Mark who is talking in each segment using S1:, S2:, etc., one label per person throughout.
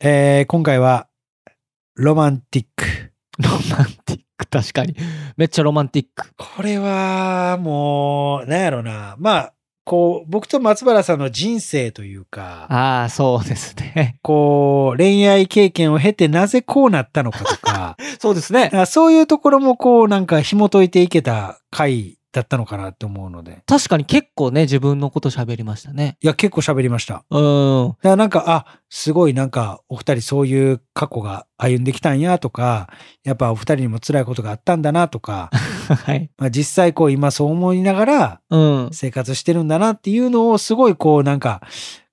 S1: えー今回は、ロマンティック。
S2: ロマンティック、確かに。めっちゃロマンティック。
S1: これは、もう、なんやろな。まあ、こう、僕と松原さんの人生というか、
S2: ああ、そうですね。
S1: こう、恋愛経験を経てなぜこうなったのかとか、
S2: そうですね
S1: だ。からそういうところもこう、なんか紐解いていけた回だったのかなと思うので。
S2: 確かに結構ね、自分のこと喋りましたね。
S1: いや、結構喋りました。だか
S2: うん。
S1: らなんか、あ、すごいなんか、お二人そういう過去が歩んできたんやとか、やっぱお二人にも辛いことがあったんだなと か、
S2: はい。
S1: まあ実際こう今そう思いながら
S2: うん。
S1: 生活してるんだなっていうのをすごいこうなんか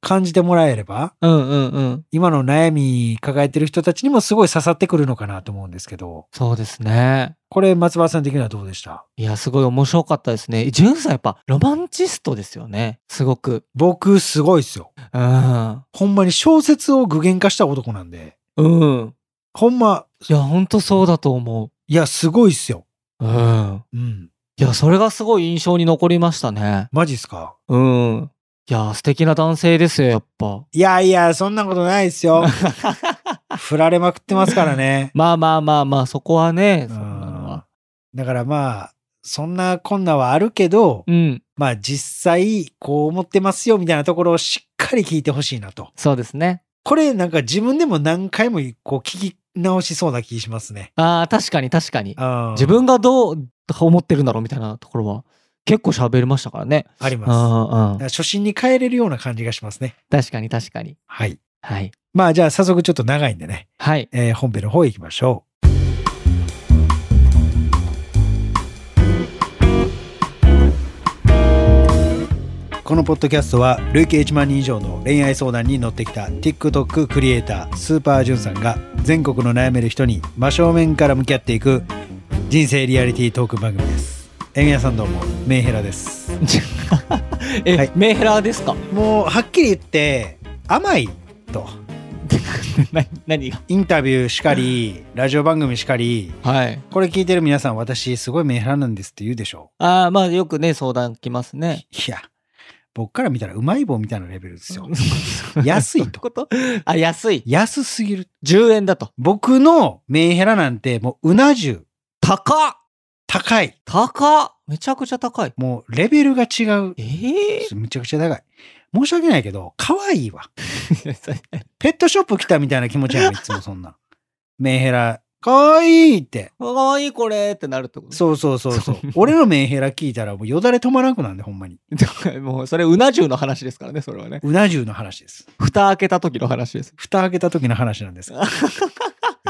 S1: 感じてもらえれば、
S2: うんうんうん。
S1: 今の悩み抱えてる人たちにもすごい刺さってくるのかなと思うんですけど、
S2: そうですね。
S1: これ松原さん的にはどうでした
S2: いや、すごい面白かったですね。ジュンさんやっぱロマンチストですよね。すごく。
S1: 僕すごいっすよ。
S2: うん。
S1: ほんまに小説を具現化した男なんで、
S2: うん。
S1: ほんま、
S2: いや、ほんとそうだと思
S1: いや、すごいっすよ。
S2: う。うん。
S1: うん。
S2: いや、それがすごい印象に残りましたね。
S1: マジっすか
S2: うん。いや、素敵な男性ですよ、やっ ぱ。
S1: いやいや、そんなことないっす よ。振られまくってますからね。
S2: まあまあまあまあ、そこはね、
S1: う
S2: そんなの
S1: ん
S2: は。
S1: だからまあ、そんなこんなはあるけど、
S2: うん。
S1: まあ実際こう思ってますよみたいなところをしっかり聞いてほしいなと。
S2: そうですね。
S1: これなんか自分でも何回もこう聞き直しそうな気しますね。
S2: ああ、確かに確かに。
S1: うん
S2: 自分がどう思ってるんだろうみたいなところは結構喋りましたからね。
S1: あり
S2: う
S1: ます。
S2: んうん。
S1: 初心に帰れるような感じがしますね。
S2: 確かに確かに。
S1: はい。
S2: はい。
S1: まあじゃあ早速ちょっと長いんでね、
S2: はい。
S1: えー本編の方へ行きましょう。このポッドキャストは累計1万人以上の恋愛相談に乗ってきた TikTok クリエイタースーパージュンさんが全国の悩める人に真正面から向き合っていく人生リアリティートーク番組です。えー皆さんどうもメンヘラです。
S2: え、
S1: はい
S2: メーヘラーですか
S1: もうはっきり言って甘いと
S2: 何何が
S1: インタビューしかりラジオ番組しかり
S2: はい。
S1: これ聞いてる皆さん私すごいメンヘラなんですって言うでしょ
S2: ああ、まあよくね、相談来ますね。
S1: いや僕から見たらうまい棒みたいなレベルですよ安
S2: 安
S1: い
S2: い
S1: と
S2: とことあ、安い。
S1: 安すぎる
S2: 10円だと。
S1: 僕のメンヘラなんてもううな重
S2: 高っ
S1: 高い
S2: 高っめちゃくちゃ高い。
S1: もうレベルが違う
S2: ええ
S1: むちゃくちゃ高い申し訳ないけど可愛いわ
S2: ー。
S1: ペットショップ来たみたいな気持ちやのいつもそんなメンヘラ可愛いって
S2: かわいいこれってなるってこと
S1: そうそうそうそう
S2: そう
S1: 俺のメンヘラ聞いたらもうよだれ止まらなくなんでほんまに
S2: う。 もうそれうな重の話ですからね、それはね。
S1: うな重の話です
S2: 蓋開けた時の話です。
S1: 蓋開けた時の話なんですけ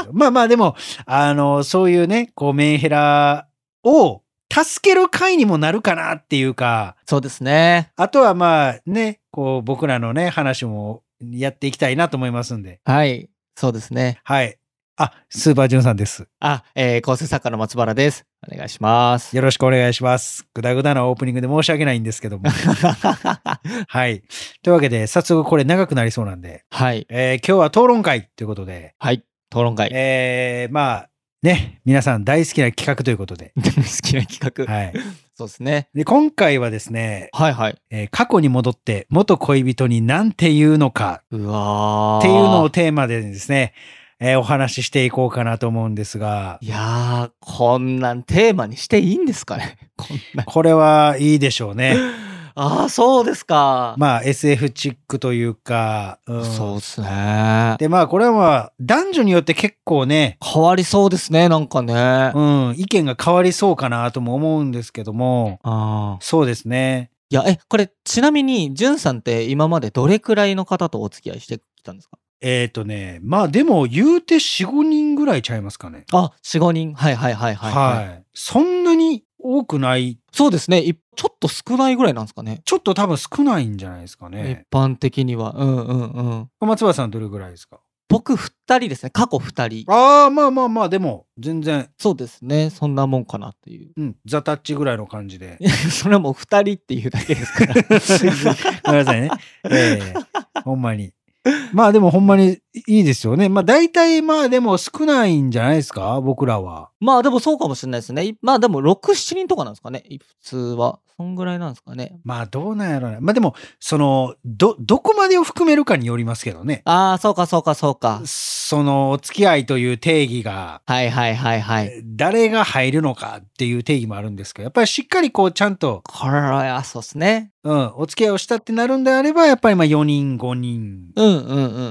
S1: ど まあまあでも、あの、そういうね、こうメンヘラを助ける会にもなるかなっていうか、
S2: そうですね。
S1: あとはまあね、こう僕らのね、話もやっていきたいなと思いますんで。
S2: はい。そうですね。
S1: はい。あ、スーパージュンさんです。
S2: あ、えー、構成作家の松原です。お願いします。
S1: よろしくお願いします。ぐだぐだなオープニングで申し訳ないんですけども。はい。というわけで、早速これ長くなりそうなんで、
S2: はい。
S1: えー今日は討論会ということで、
S2: はい。討論会。
S1: えーまあね、皆さん大好きな企画ということで、
S2: 好きな企画。
S1: はい。
S2: そうですね。
S1: で今回はですね、
S2: はいはい。
S1: えー過去に戻って元恋人に何て言うのか
S2: うわー。
S1: っていうのを。テーマでですね、えーお話ししていこうかなと思うんですが、
S2: いやー、こんなんテーマにしていいんですかね。 こんなん。
S1: これはいいでしょうね。
S2: ああ、そうですか。
S1: まあ SF チックというか、うん
S2: そうですね。変
S1: でまあこれはまあ男女によって結構ね、
S2: わりそうですね、なんかね。
S1: う
S2: あ
S1: ん、意見が変わりそうかなとも思うんですけども、
S2: あー。
S1: そうですね。
S2: いや、え、これ、ちなみに、じゅんさんって今までどれくらいの方とお付き合いしてきたんですか
S1: えっ、とね、まあでも言うて4、5人ぐらいちゃいますかね。
S2: あ、4、5人。はいはいはいはい、い。
S1: はい。そんなに多くない
S2: そうですね。いちょっと少ないぐらいなんですかね。
S1: ちょっと多分少ないんじゃないですか
S2: 一
S1: ね。
S2: 般的には。うんうんうん。
S1: 松原さんどれぐらいですか
S2: 僕、2人ですね。過去2人。
S1: ああ、まあまあまあ、でも全然、
S2: そうですね。そんなもんかなっていう。
S1: うん、ザタッチぐらいの感じで。
S2: それはもう2人っていうだけですから。
S1: ごめんなさいね。ええほんまに。まあでもほんまにいいですよね。まあ大体まあでも少ないんじゃないですか僕らは。
S2: まあでもそうかもしれないですね。いまあでも6、7人とかなんですかね。普通は。そんぐらいなんですかね。
S1: まあどうなんやろうね。まあでも、その、ど、どこまでを含めるかによりますけどね。
S2: ああ、そうかそうかそうか。
S1: その、お付き合いという定義が、
S2: はいはいはいはい。
S1: 誰が入るのかっていう定義もあるんですけど、やっぱりしっかりこうちゃんと、
S2: これはそうっすね。
S1: うん、お付き合いをしたってなるんであれば、やっぱりまあ4人、5人
S2: うんうん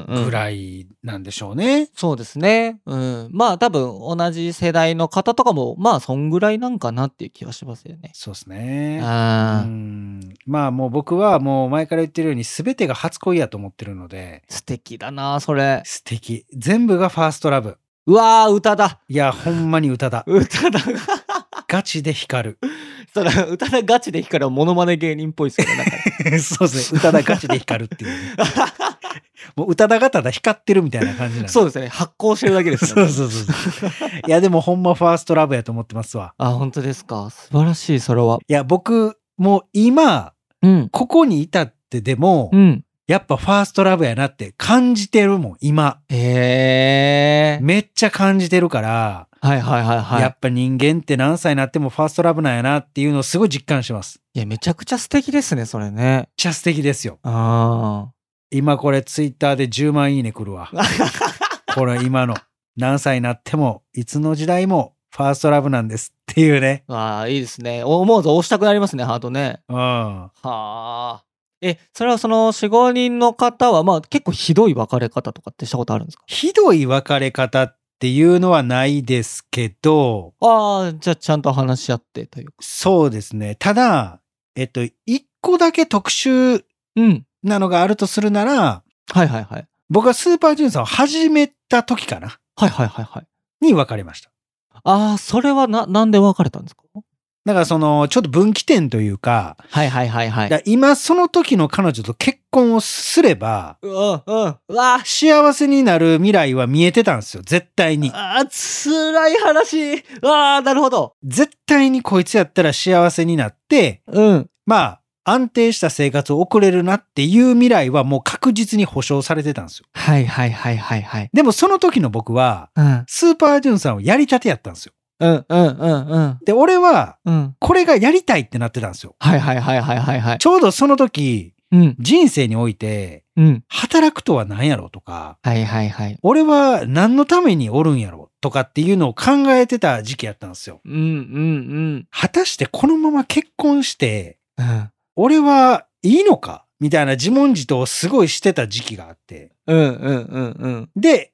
S2: うんうん。
S1: ぐらいなんでしょうね。
S2: そうですね。うん。まあ多分同じ世代の方とかも、まあそんぐらいなんかなっていう気はしますよね。
S1: そうですね。う
S2: ああ、
S1: んまあもう僕はもう前から言ってるように全てが初恋やと思ってるので
S2: 素敵だな、それ。
S1: 素敵全部がファーストラブ
S2: うわー、歌だ。
S1: いやほんまに歌 だ
S2: 歌だ。
S1: ガチで光
S2: それ歌だガチで光るモノマネ芸人っぽいっすよね。なん か
S1: る そうですね歌だガチで光るっていう ね、もう歌だがただ光ってるみたいな感じなんで
S2: そうですね。発光してるだけで す
S1: そ
S2: よ
S1: う
S2: ね。
S1: そうそうそういやでもほんまファーストラブやと思ってますわ
S2: あ、本当ですか。素晴らしい、それは。
S1: いや僕もう今
S2: うん。
S1: ここにいたってでも、
S2: うん。
S1: やっぱファーストラブやなって感じてるもん今
S2: へえ。
S1: めっちゃ感じてるから
S2: はいはいはいはい。
S1: やっぱ人間って何歳になってもファーストラブなんやなっていうのをすごい実感します。めっ
S2: いや、めちゃくちゃ素敵ですね、それね。
S1: ちゃ素敵ですよ。
S2: あ
S1: 今これツイッターで10万いいね来る わ。これ今の何歳になってもいつの時代もファーストラブなんですっていうね。
S2: あ。ああ、いいですね。お思わず押したくなりますね、ハートね。
S1: うん。
S2: はあ。え、それはその4、5人の方は、まあ結構ひどい別れ方とかってしたことあるんですか
S1: ひどい別れ方っていうのはないですけど、
S2: ああ、じゃあちゃんと話し合ってというか。
S1: そうですね。ただ、えっと、一個だけ特殊
S2: うん。
S1: なのがあるとするなら、
S2: はいはいはい。
S1: 僕はスーパージュンさんを始めた時かな
S2: はいはいはいはい。
S1: に別れました。
S2: ああ、それはな、なんで別れたんですか
S1: だからその、ちょっと分岐点というか、
S2: はいはいはいは
S1: だから今その時の彼女と結婚をすれば、
S2: うわ、うん、うわ、
S1: 幸せになる未来は見えてたんですよ。絶対に。
S2: あー、つらい話。ああ、なるほど。
S1: 絶対にこいつやったら幸せになって、
S2: うん。
S1: まあ、安定した生活を送れるなっていう未来はもう確実に保証されてたんですよ。
S2: はいはいはいはいはい。
S1: でもその時の僕は、
S2: うん、
S1: スーパージュンさんをやりたてやったんですよ。
S2: うん、うん、うん、うん。
S1: で、俺は、
S2: うん。
S1: これがやりたいってなってたんですよ。
S2: はいはいはいはいはいはい。
S1: ちょうどその時、
S2: うん、
S1: 人生において、
S2: うん。
S1: 働くとは何やろうとか、
S2: はいはいはい。
S1: 俺は何のためにおるんやろとかっていうのを考えてた時期やったんですよ。
S2: うん、うん、
S1: 果たしてこのまま結婚して、
S2: うん。うん、
S1: 俺はいいのかみたいな自問自答をすごいしてた時期があって。
S2: うん、うん、うん。
S1: で、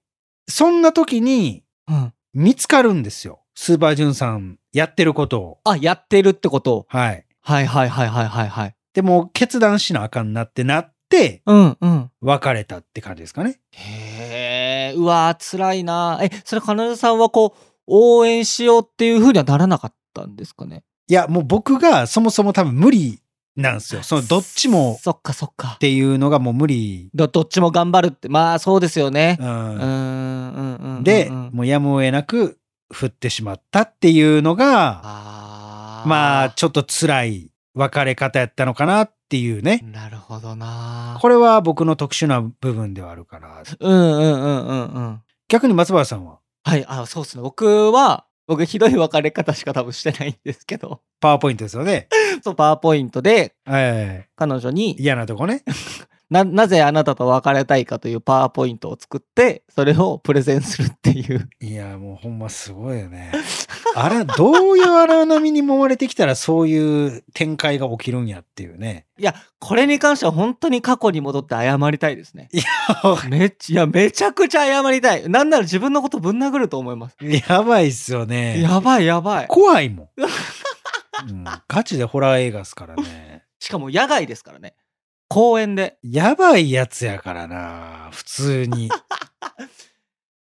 S1: そんな時に
S2: うん。
S1: 見つかるんですよ。スーパージュンさんやってることを。
S2: あ、やってるってこと。
S1: はい。
S2: はいはいはいはいはいはい。
S1: でも決断しなあかんなってなって、
S2: うん、うん。
S1: 別れたって感じですかね。
S2: へえ、うわー、辛いな。え、それ、彼女さんはこう、応援しようっていうふうにはならなかったんですかね。
S1: いや、もう僕がそもそも多分無理なんですよ。そのどっちも
S2: そっかそっか
S1: っ。ていうのがもう無理。
S2: どどっちも頑張るってまあそうですよね
S1: う。
S2: うんーんうんうんうん
S1: で、
S2: うん
S1: もうやむを得なく振ってしまったっていうのが、
S2: あー
S1: まあ、ちょっと辛い別れ方やったのかなっていうね。
S2: なるほどな
S1: これは僕の特殊な部分ではあるから。
S2: うんうんうんうんうん
S1: 逆に松原さんは、
S2: はいあそうですね僕は僕ひどい別れ方しか多分してないんですけど
S1: パワーポイントですよね。
S2: そうパワーポイントで
S1: え
S2: 彼女
S1: え
S2: に
S1: 嫌なとこね。
S2: ななぜあなたと別れたいかというパワーポイントを作ってそれをプレゼンするっていう
S1: いや、もうほんますごいよね。あれ、どういう荒波に揉まれてきたらそういう展開が起きるんやっていうね。
S2: いやこれに関しては本当に過去に戻って謝りたいですねめっちゃいやめちゃくちゃ謝りたいなんなら自分のことぶん殴ると思います
S1: やばいっすよね。
S2: やばいやばい。
S1: 怖いもん、うん。ガチでホラー映画っすからね。
S2: しかも野外ですからね。公園で、
S1: やばいやつやからな普通に、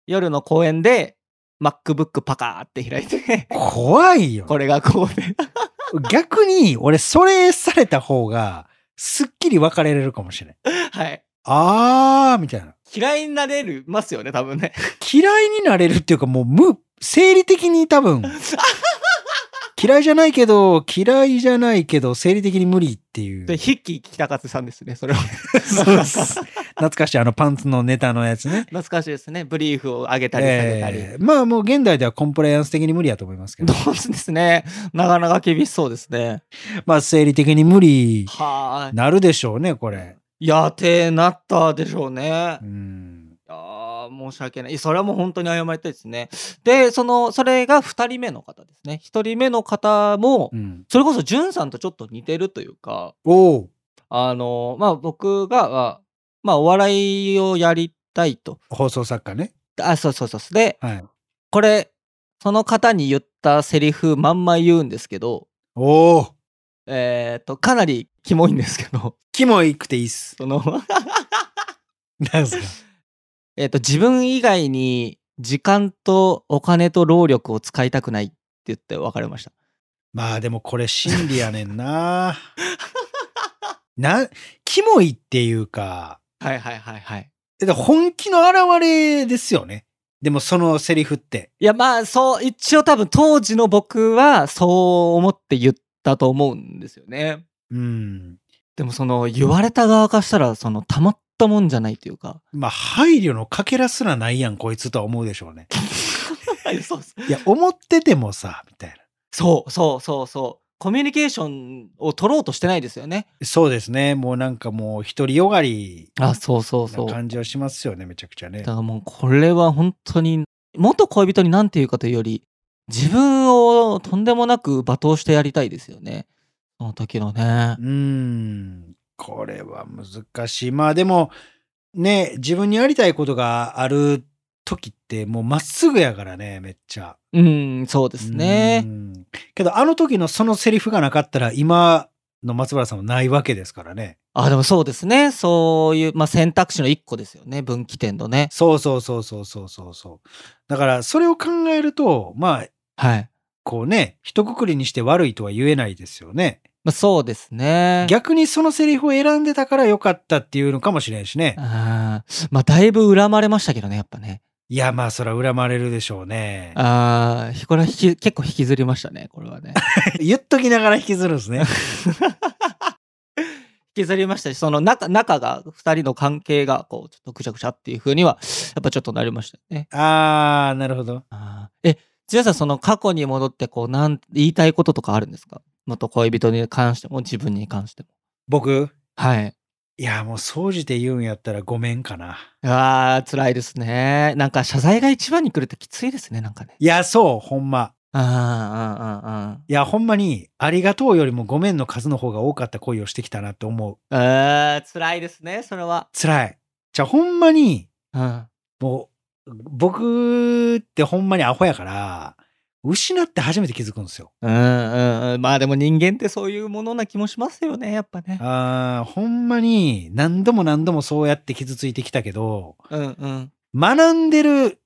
S2: 夜の公園で、MacBook パカーって開いて
S1: 怖いよ
S2: これがこうで。
S1: 逆に俺それされた方がすっきり別れれるかもしれん
S2: はい。
S1: あーみたいな
S2: 嫌いになれるますよね、多分ね。
S1: 嫌いになれるっていうかもう無生理的に多分嫌いじゃないけど、嫌いじゃないけど、生理的に無理っていう。
S2: で、筆記北勝さんですね、それは。
S1: そうです。 懐かしい、あの、パンツのネタのやつね。
S2: 懐かしいですね。ブリーフを上げたり下げたり。
S1: えー、まあもう現代ではコンプライアンス的に無理やと思いますけ
S2: ど
S1: ど、
S2: うですね。なかなか厳しそうですね。
S1: まあ生理的に無理
S2: はー
S1: なるでしょうね、これ。
S2: い。いやー、てなったでしょうね
S1: う。ん。
S2: ああ、申し訳ない。いやそれはもう本当に謝りたいですね。で、その、それが2人目の方ですね。1人目の方も
S1: う、ん、
S2: それこそ、じゅんさんとちょっと似てるというか、
S1: おお
S2: あの、まあ、僕が、あまあ、お笑いをやりたいと。
S1: 放送作家ね。
S2: あ、そうそうそう。で、
S1: はい。
S2: これ、その方に言ったセリフまんま言うんですけど、
S1: おお
S2: えっ、と、かなりキモいんですけど、
S1: キモいくていいっす。
S2: その、
S1: なんすか
S2: えっと、自分以外に時間とお金と労力を使いたくないって言って別れました。
S1: まあでもこれ真理やねんな。な、キモいっていうか、
S2: はいはいはいはい。
S1: だから本気の表れですよね。でもそのセリフって。
S2: いや、まあ、そう、一応多分当時の僕はそう思って言ったと思うんですよね。
S1: うん。
S2: でもその言われた側からしたら、そのたまったもんじゃないというか。
S1: まあ配慮のかけらすらないやん、こいつとは思うでしょうね。
S2: そう
S1: いや、思っててもさ、みたい
S2: そうそうそうそう。コミュニケーションを取ろうとしてないですよね。
S1: な。そうですね。もうなんかもう独りよがり
S2: あ、そうそう
S1: な感じはしますよね、めちゃくちゃね
S2: だか。らもうこれは本当に元恋人に何て言うかというより自分をとんでもなく罵倒してやりたいですよねその時のね
S1: うーん。これは難しい。まあでも、ね、自分にやりたいことがある時って、もうまっすぐやからね、めっちゃ。
S2: うんそうです
S1: う
S2: ね
S1: ん。けど、あの時のそのセリフがなかったら、今の松原さんはないわけですからね。
S2: あでもそうですねそういう、まあ、選択肢の一個ですよね分岐点のね
S1: そうそうそうそうそうそうそう。だから、それを考えると、まあ、
S2: はい、
S1: こうね、一括りにして悪いとは言えないですよね。
S2: まあ、そうですね
S1: 逆にそのセリフを選んでたから良かったっていうのかもしれんしね。
S2: あーまあだいぶ恨まれましたけどねやっぱね
S1: いや、まあ、そら恨まれるでしょうね。
S2: あーこれは引き結構引きずりましたねこれはね
S1: 言っときながら引きずるんですね。
S2: 引きずりましたしその仲仲が2人の関係がこうちょっとぐちゃぐちゃっていう風にはやっぱちょっとなりましたよね
S1: あー、なるほど。
S2: あーえ、ジュンさん、その過去に戻って、こう、なん、言いたいこととかあるんですか元恋人に関しても、自分に関しても。
S1: 僕
S2: はい。
S1: いや、もう、総じて言うんやったらごめんかな。
S2: ああ、辛いですね。なんか、謝罪が一番に来るってきついですね、なんかね。
S1: いや、そう、ほんま。
S2: ああ、
S1: いや、ほんまに、ありがとうよりもごめんの数の方が多かった恋をしてきたなって思う。
S2: ああ、ああ。辛いですね、それは。
S1: 辛い。じゃあ、ほんまに、
S2: うん。
S1: もう、僕ってほんまにアホやから、失って初めて気づくんですよ。
S2: うんうんうん。まあでも人間ってそういうものな気もしますよね、やっぱね。
S1: あーほんまに何度も何度もそうやって傷ついてきたけど、
S2: うんうん。
S1: 学んでる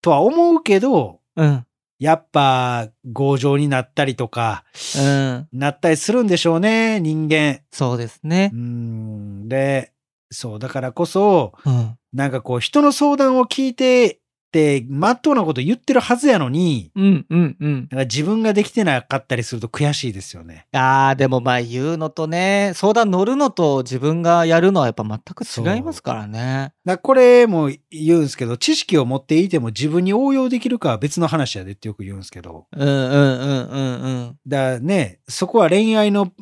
S1: とは思うけど、
S2: うん。
S1: やっぱ、強情になったりとか、
S2: うん。
S1: なったりするんでしょうね、人間。
S2: そうですね
S1: う。ん、で、そう、だからこそ、
S2: うん。
S1: なんかこう、人の相談を聞いてって、まっとうなこと言ってるはずやのに、
S2: うんうんうん。
S1: なんか自分ができてなかったりすると悔しいですよね。
S2: ああでもまあ言うのとね相談乗るのと自分がやるのはやっぱ全く違いますからね。
S1: だからこれも言うんですけど、知識を持っていても自分に応用できるかは別の話やでってよく言うんですけど、
S2: うんうんうんうんうん。
S1: だからね、そこは恋愛の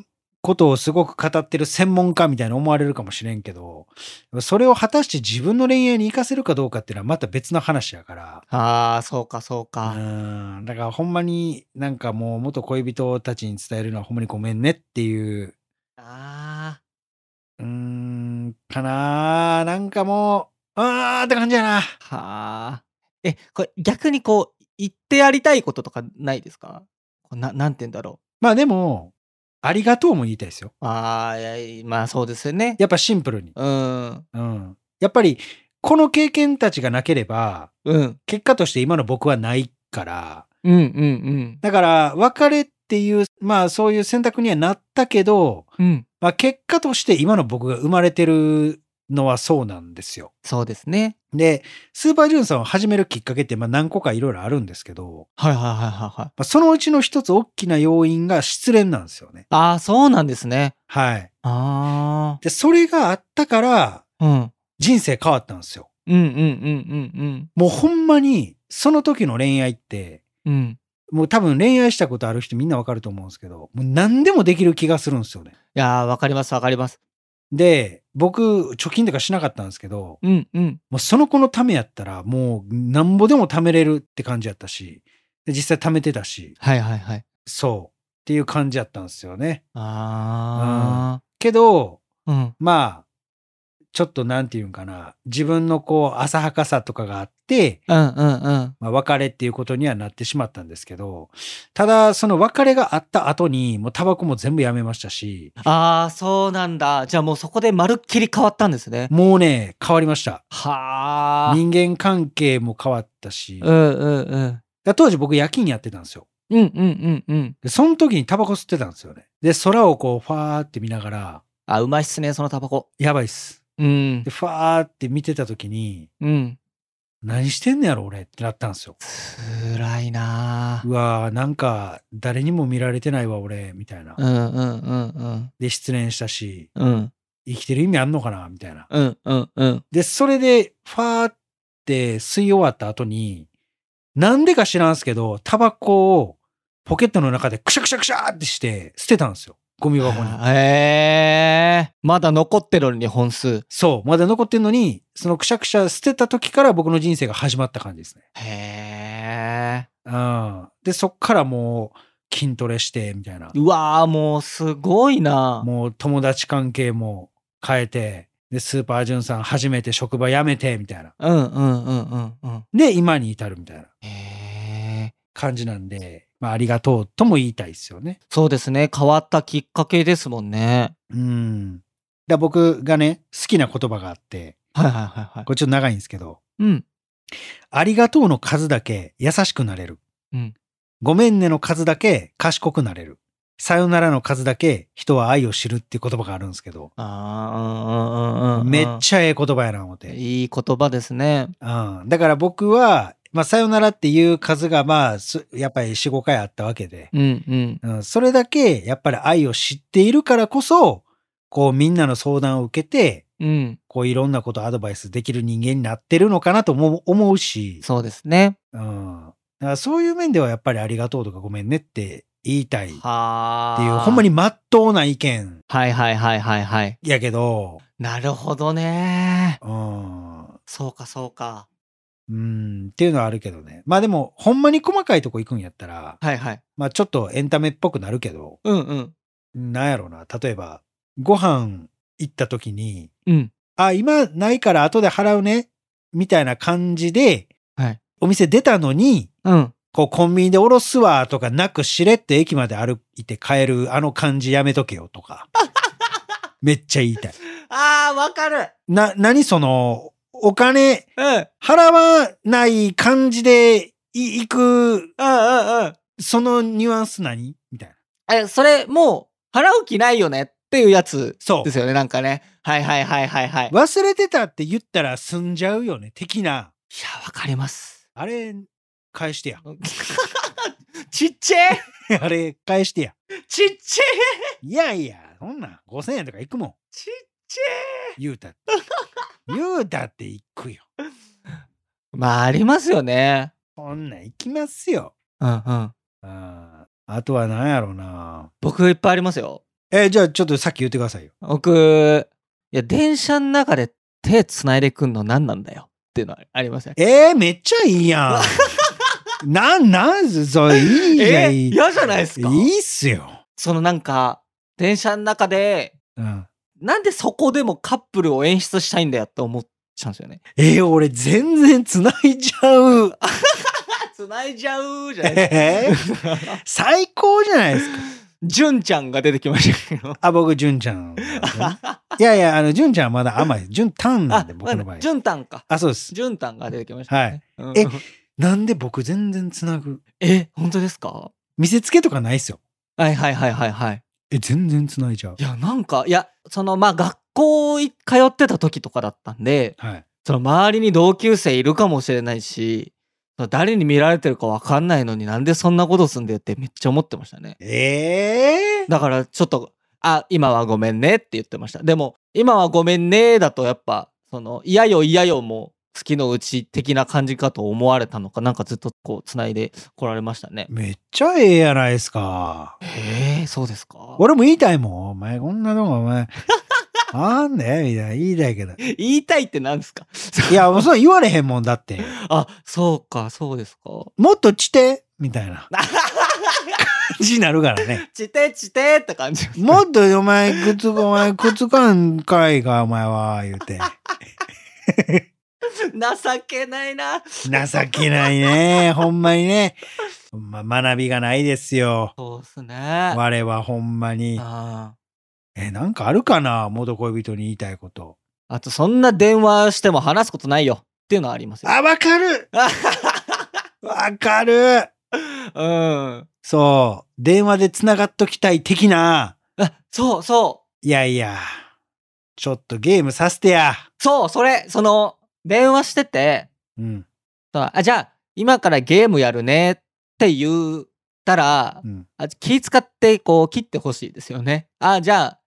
S1: ことをすごく語ってる専門家みたいに思われるかもしれんけど、それを果たして自分の恋愛に活かせるかどうかっていうのはまた別の話やから、
S2: ああそうかそうか。
S1: うん、だからほんまになんかもう元恋人たちに伝えるのはほんまにごめんねっていう、
S2: あ
S1: うーん、かなあなんかもう、あーって感じやな。
S2: あはあ。えこれ逆にこう言ってやりたいこととかないですかこうななんて言うんだろ
S1: まあでも、ありがとうも言いたいですよ。
S2: う。ああいやまあそうですよね。
S1: やっぱシンプルに。
S2: うん
S1: うん。やっぱり、この経験たちがなければ、
S2: うん
S1: 結果として今の僕はないから、
S2: うんうん
S1: だから、別れっていう、まあそういう選択にはなったけど、
S2: うん。うん
S1: まあ結果として今の僕が生まれてるのはそうなんですよ。
S2: そうですね。
S1: で、スーパージュンさんを始めるきっかけって、まあ何個かいろいろあるんですけど、
S2: はいはいはいはいはい。
S1: まあ、そのうちの一つ大きな要因が失恋なんですよね。
S2: ああ、そうなんですね。
S1: はい。
S2: あ
S1: で、それがあったから、
S2: あ。うん。
S1: 人生変わったんですよ。
S2: うんうんうんうん
S1: もうほんまに、その時の恋愛って、
S2: うん。うん。
S1: もう多分恋愛したことある人みんなわかると思うんですけど、もう何でもできる気がするんですよね。
S2: いやー、わかりますわかります。
S1: で、僕、貯金とかしなかったんですけど、
S2: うんうん。
S1: もうその子のためやったら、もうなんぼでも貯めれるって感じやったし、で実際貯めてたし、
S2: はいはいはい。
S1: そう。っていう感じやったんですよね。
S2: あ
S1: けど、
S2: あ。うん。
S1: まあ、ちょっとなんていうんかな、自分のこう、浅はかさとかがあって、
S2: うんうんうん。
S1: まあ、別れっていうことにはなってしまったんですけど、ただ、その別れがあった後に、もうタバコも全部やめましたし、
S2: ああ、そうなんだ。じゃあもうそこでまるっきり変わったんですね。
S1: もうね、変わりました。
S2: はあ。
S1: 人間関係も変わったし、
S2: うんうんうん。
S1: 当時僕夜勤やってたんですよ。
S2: うんうんうんうん。
S1: で、その時にタバコ吸ってたんですよね。で、空をこう、ファーって見ながら、
S2: あ、うまいっすね、そのタバコ。
S1: やばいっす。
S2: うん
S1: で、。ファーって見てた時に、
S2: うん。
S1: 何してんねやろ俺ってなったんですよ。
S2: つらいな
S1: うわーなんか誰にも見られてないわ俺みたいな
S2: う。んうんうんうん。
S1: で失恋したし
S2: うん
S1: 生きてる意味あんのかなみたいな。
S2: うんうんうん。
S1: でそれでファーって吸い終わった後になんでか知らんすけどタバコをポケットの中でクシャクシャクシャーってして捨てたんですよゴミ箱に。
S2: ええー。まだ残ってるのに本数。
S1: そうまだ残ってんのにそのクシャクシャ捨てた時から僕の人生が始まった感じですね。
S2: へえ。
S1: うん、でそっからもう筋トレしてみたいな。
S2: うわーもうすごいな
S1: もう友達関係も変えて、で、スーパージュンさん初めて職場辞めて、みたいな。
S2: うんうんうんうんうん。
S1: で、今に至るみたいな
S2: へえ。
S1: 感じなんで、まあ、ありがとうとも言いたいですよね。
S2: そうですね。変わったきっかけですもんね。
S1: うん。だ僕がね、好きな言葉があって、
S2: はいはいはいはい
S1: こ。れちょっと長いんですけど、
S2: うん。
S1: ありがとうの数だけ優しくなれる。
S2: うん
S1: ごめんねの数だけ賢くなれる。さよならの数だけ人は愛を知るっていう言葉があるんですけど、
S2: ああ、うんうんうんうん。
S1: めっちゃええ言葉やな思って。
S2: いい言葉ですね。
S1: うん、だから僕は、まあ、さよならっていう数が、まあ、すやっぱり4、5回あったわけで、
S2: うんうん。
S1: うん、それだけ、やっぱり愛を知っているからこそ、こう、みんなの相談を受けて、
S2: うん。
S1: こう、いろんなことアドバイスできる人間になってるのかなとも思うし、
S2: そうですね。
S1: うん。だからそういう面では、やっぱりありがとうとかごめんねって言いたいっていう、
S2: はあ。
S1: ほんまに。真っ当な意見
S2: はいはいはいはいはい。
S1: やけど、
S2: なるほどね。
S1: うん、
S2: そうかそうか。
S1: うん、っていうのはあるけどね。まあでも、ほんまに細かいとこ行くんやったら、
S2: はいはい。
S1: まあちょっとエンタメっぽくなるけど、
S2: うんうん。
S1: なんやろな。例えば、ご飯行った時に、
S2: うん。
S1: あ、今ないから後で払うね、みたいな感じで、
S2: はい
S1: お店出たのに、
S2: うん。
S1: こうコンビニでおろすわとかなくしれっと駅まで歩いて帰るあの感じやめとけよと か。めっちゃ言いたい。
S2: ああ、わかる。
S1: な、何その、お金
S2: うん。うんうん
S1: 払わない感じでい行く、
S2: うん。
S1: そのニュアンス何みたいな。
S2: え、それ、もう、払う気ないよねっていうやつ
S1: そう
S2: で。すよね。なんかね。はいはいはいはいはい。いや、
S1: 忘れてたって言ったら済んじゃうよね的な
S2: わかります。
S1: あれ返してや
S2: ちっちゃい
S1: あれ返してや
S2: ちっちゃい
S1: いやいやそんなん5,000円とかいくもん
S2: ちっち
S1: 言うたって 言うたっていくよ
S2: ゃいまあ、ありますよね。
S1: そんなん行きますよ
S2: うんうん。
S1: あーあとは何やろうな
S2: 僕いっぱいありますよ。
S1: えーじゃあちょっとさっき言ってくださいよ
S2: 僕、いや、電車の中で手繋いでくんの何なんだよっていうのはありません。
S1: えー、めっちゃいいやん なんなんすそれいいじゃん
S2: え
S1: いい
S2: 嫌じゃないですか
S1: いいっすよ、
S2: そのなんか、電車の中で、
S1: うん、
S2: なんでそこでもカップルを演出したいんだよって思っちゃうんですよね。
S1: えー、俺全然繋いじゃう
S2: 繋いじゃうじゃない
S1: え
S2: です
S1: ー
S2: か。
S1: 最高じゃないですか
S2: 純ちゃんが出てきました けど。
S1: あ、僕、純ちゃ んなんですね、いやいや、あの、純ちゃんはまだ甘い。純タンなんで、僕の場合。
S2: 純たんか。
S1: あ、そうです。
S2: 純たんが出てきました、ね。
S1: い
S2: うん
S1: なんで僕全然つなぐ。
S2: え、本当ですか
S1: 見せつけとかないっすよ。
S2: はいはいはいはいはい。
S1: え、全然つないじゃう
S2: い。や、なんか、いや、その、まあ、学校い通ってた時とかだったんで、
S1: はい。
S2: その周りに同級生いるかもしれないし、その誰に見られてるかわかんないのになんでそんなことすんだよってめっちゃ思ってましたね。
S1: ええ
S2: だからちょっと、あ、今はごめんねって言ってました。でも、今はごめんねだとやっぱ、その、嫌よ嫌よも好きのうち的な感じかと思われたのか、なんかずっとこう繋いで来られましたね。
S1: めっちゃええやないですか。
S2: へえ、そうですか。
S1: 俺も言いたいもん。お前、こんなとこ、お前。あんねみたいな。言いたいけど。い
S2: 言いたいって何ですか
S1: や、もうそれ言われへんもんだって。
S2: あ、そうか、そうですか。
S1: もっとちてみたいな感じになるからね。
S2: ちてちてって感じ。
S1: もっとお前、くつ、お前、くつかんかいか、お前は、言うて。
S2: 情けないな。
S1: 情けないね。ほんまにね。ほんま、学びがないですよ。
S2: そうっすね。
S1: 我はほんまに。
S2: あ
S1: え、なんかあるかな元恋人に言いたいこと。
S2: ーあと、そんな電話しても話すことないよっていうのはありますよ。
S1: あ、わかるわかる
S2: うん。
S1: そう。電話で繋がっときたい的な。
S2: あ、そうそ
S1: いやいや。ちょっとゲームさせてや。
S2: う。そう、それ、その、電話してて、
S1: うん。
S2: そうあ、じゃあ、今からゲームやるねって言ったら
S1: う、ん。
S2: あ気使ってこう切ってほしいですよね。あ、じゃあ、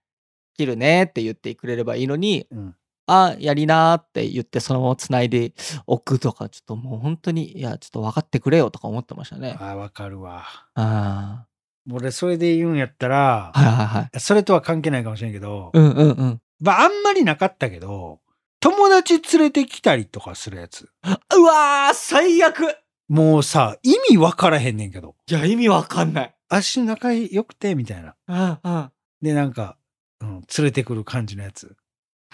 S2: 切るねって言ってくれればいいのに、
S1: うん
S2: あ、やりなーって言ってそのまま繋いでおくとか、ちょっともう本当に、いや、ちょっと分かってくれよとか思ってましたね。
S1: あ、わかるわ。
S2: あ
S1: 俺、それで言うんやったら
S2: あ。、はいはいはい。
S1: それとは関係ないかもしれんけど、
S2: うんうんうん。
S1: まあ、あんまりなかったけど、友達連れてきたりとかするやつ。
S2: うわー、最悪
S1: もうさ、意味わからへんねんけど。
S2: いや、意味わかんない。
S1: 足仲良くて、みたいな。
S2: うんうん。あ
S1: で、なんか、うん、連れてくる感じのやつ。